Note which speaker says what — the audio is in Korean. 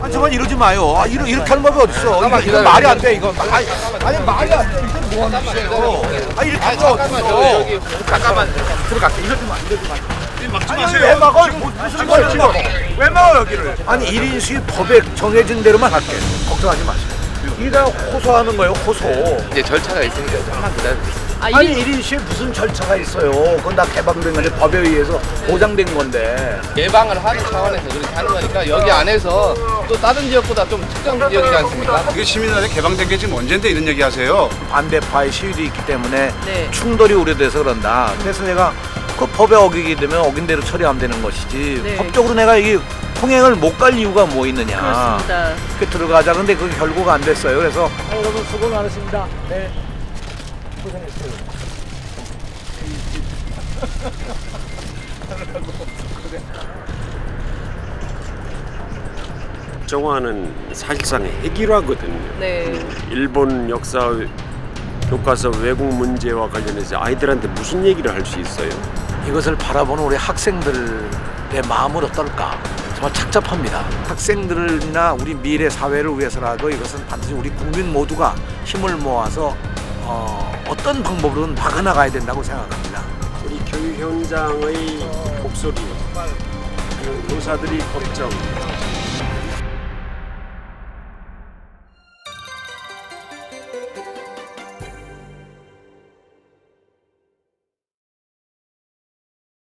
Speaker 1: 아, 저만 이러지 마요. 아, 이러, 이렇게 하는 방법이 어딨어. 이거, 이거
Speaker 2: 기다려.
Speaker 1: 말이 안 돼, 이거. 아,
Speaker 2: 아니 말이 안 돼. 이건 뭐 하는 짓이에요?
Speaker 1: 아, 이렇게
Speaker 2: 아니
Speaker 1: 하는 거
Speaker 2: 잠깐만 저
Speaker 1: 어딨어.
Speaker 2: 여기 잠깐만 들어갈게. 이러지 마. 이러지 마.
Speaker 3: 막지
Speaker 1: 아니, 왜
Speaker 3: 마세요.
Speaker 1: 막아? 뭐, 무슨 말이야, 지금.
Speaker 2: 왜 막아 여기를?
Speaker 1: 아니, 1인 수입 법에 정해진 대로만 할게.
Speaker 2: 걱정하지 마세요.
Speaker 1: 이다 호소하는 거예요, 호소.
Speaker 2: 이제 절차가 있으니까 조금만 기다려주세요.
Speaker 4: 아,
Speaker 1: 아니,
Speaker 4: 이
Speaker 1: 1인 수입 무슨 절차가 있어요. 그건 다 개방된 건데, 법에 의해서 보장된 건데.
Speaker 2: 예방을 하는 차원에서 그렇게 하는 거니까 여기 안에서 또 다른 지역보다 좀 특정 지역이지 않습니까?
Speaker 3: 이게 아, 그 시민단에 개방된 게 지금 언젠데 이런 얘기 하세요.
Speaker 1: 반대파의 시위도 있기 때문에
Speaker 4: 네. 음.
Speaker 1: 충돌이 우려돼서 그런다. 그래서 내가 그 법에 어기게 되면 어긴 대로 처리하면 되는 것이지.
Speaker 4: 네.
Speaker 1: 법적으로 내가 이 통행을 못 갈 이유가 뭐 있느냐.
Speaker 4: 그렇습니다.
Speaker 1: 이렇게 들어가자. 근데 그게 결국 안 됐어요. 그래서
Speaker 4: 여러분 수고 많으십니다. 네.
Speaker 5: 정화는 사실상 해결화거든요.
Speaker 4: 네.
Speaker 5: 일본 역사 교과서 외국 문제와 관련해서 아이들한테 무슨 얘기를 할 수 있어요?
Speaker 1: 이것을 바라보는 우리 학생들의 마음은 어떨까? 정말 착잡합니다. 학생들이나 우리 미래 사회를 위해서라도 이것은 반드시 우리 국민 모두가 힘을 모아서 어, 어떤 방법으로든 막아나가야 된다고 생각합니다.
Speaker 5: 우리 교육 현장의 목소리, 그리고 교사들이 그 걱정,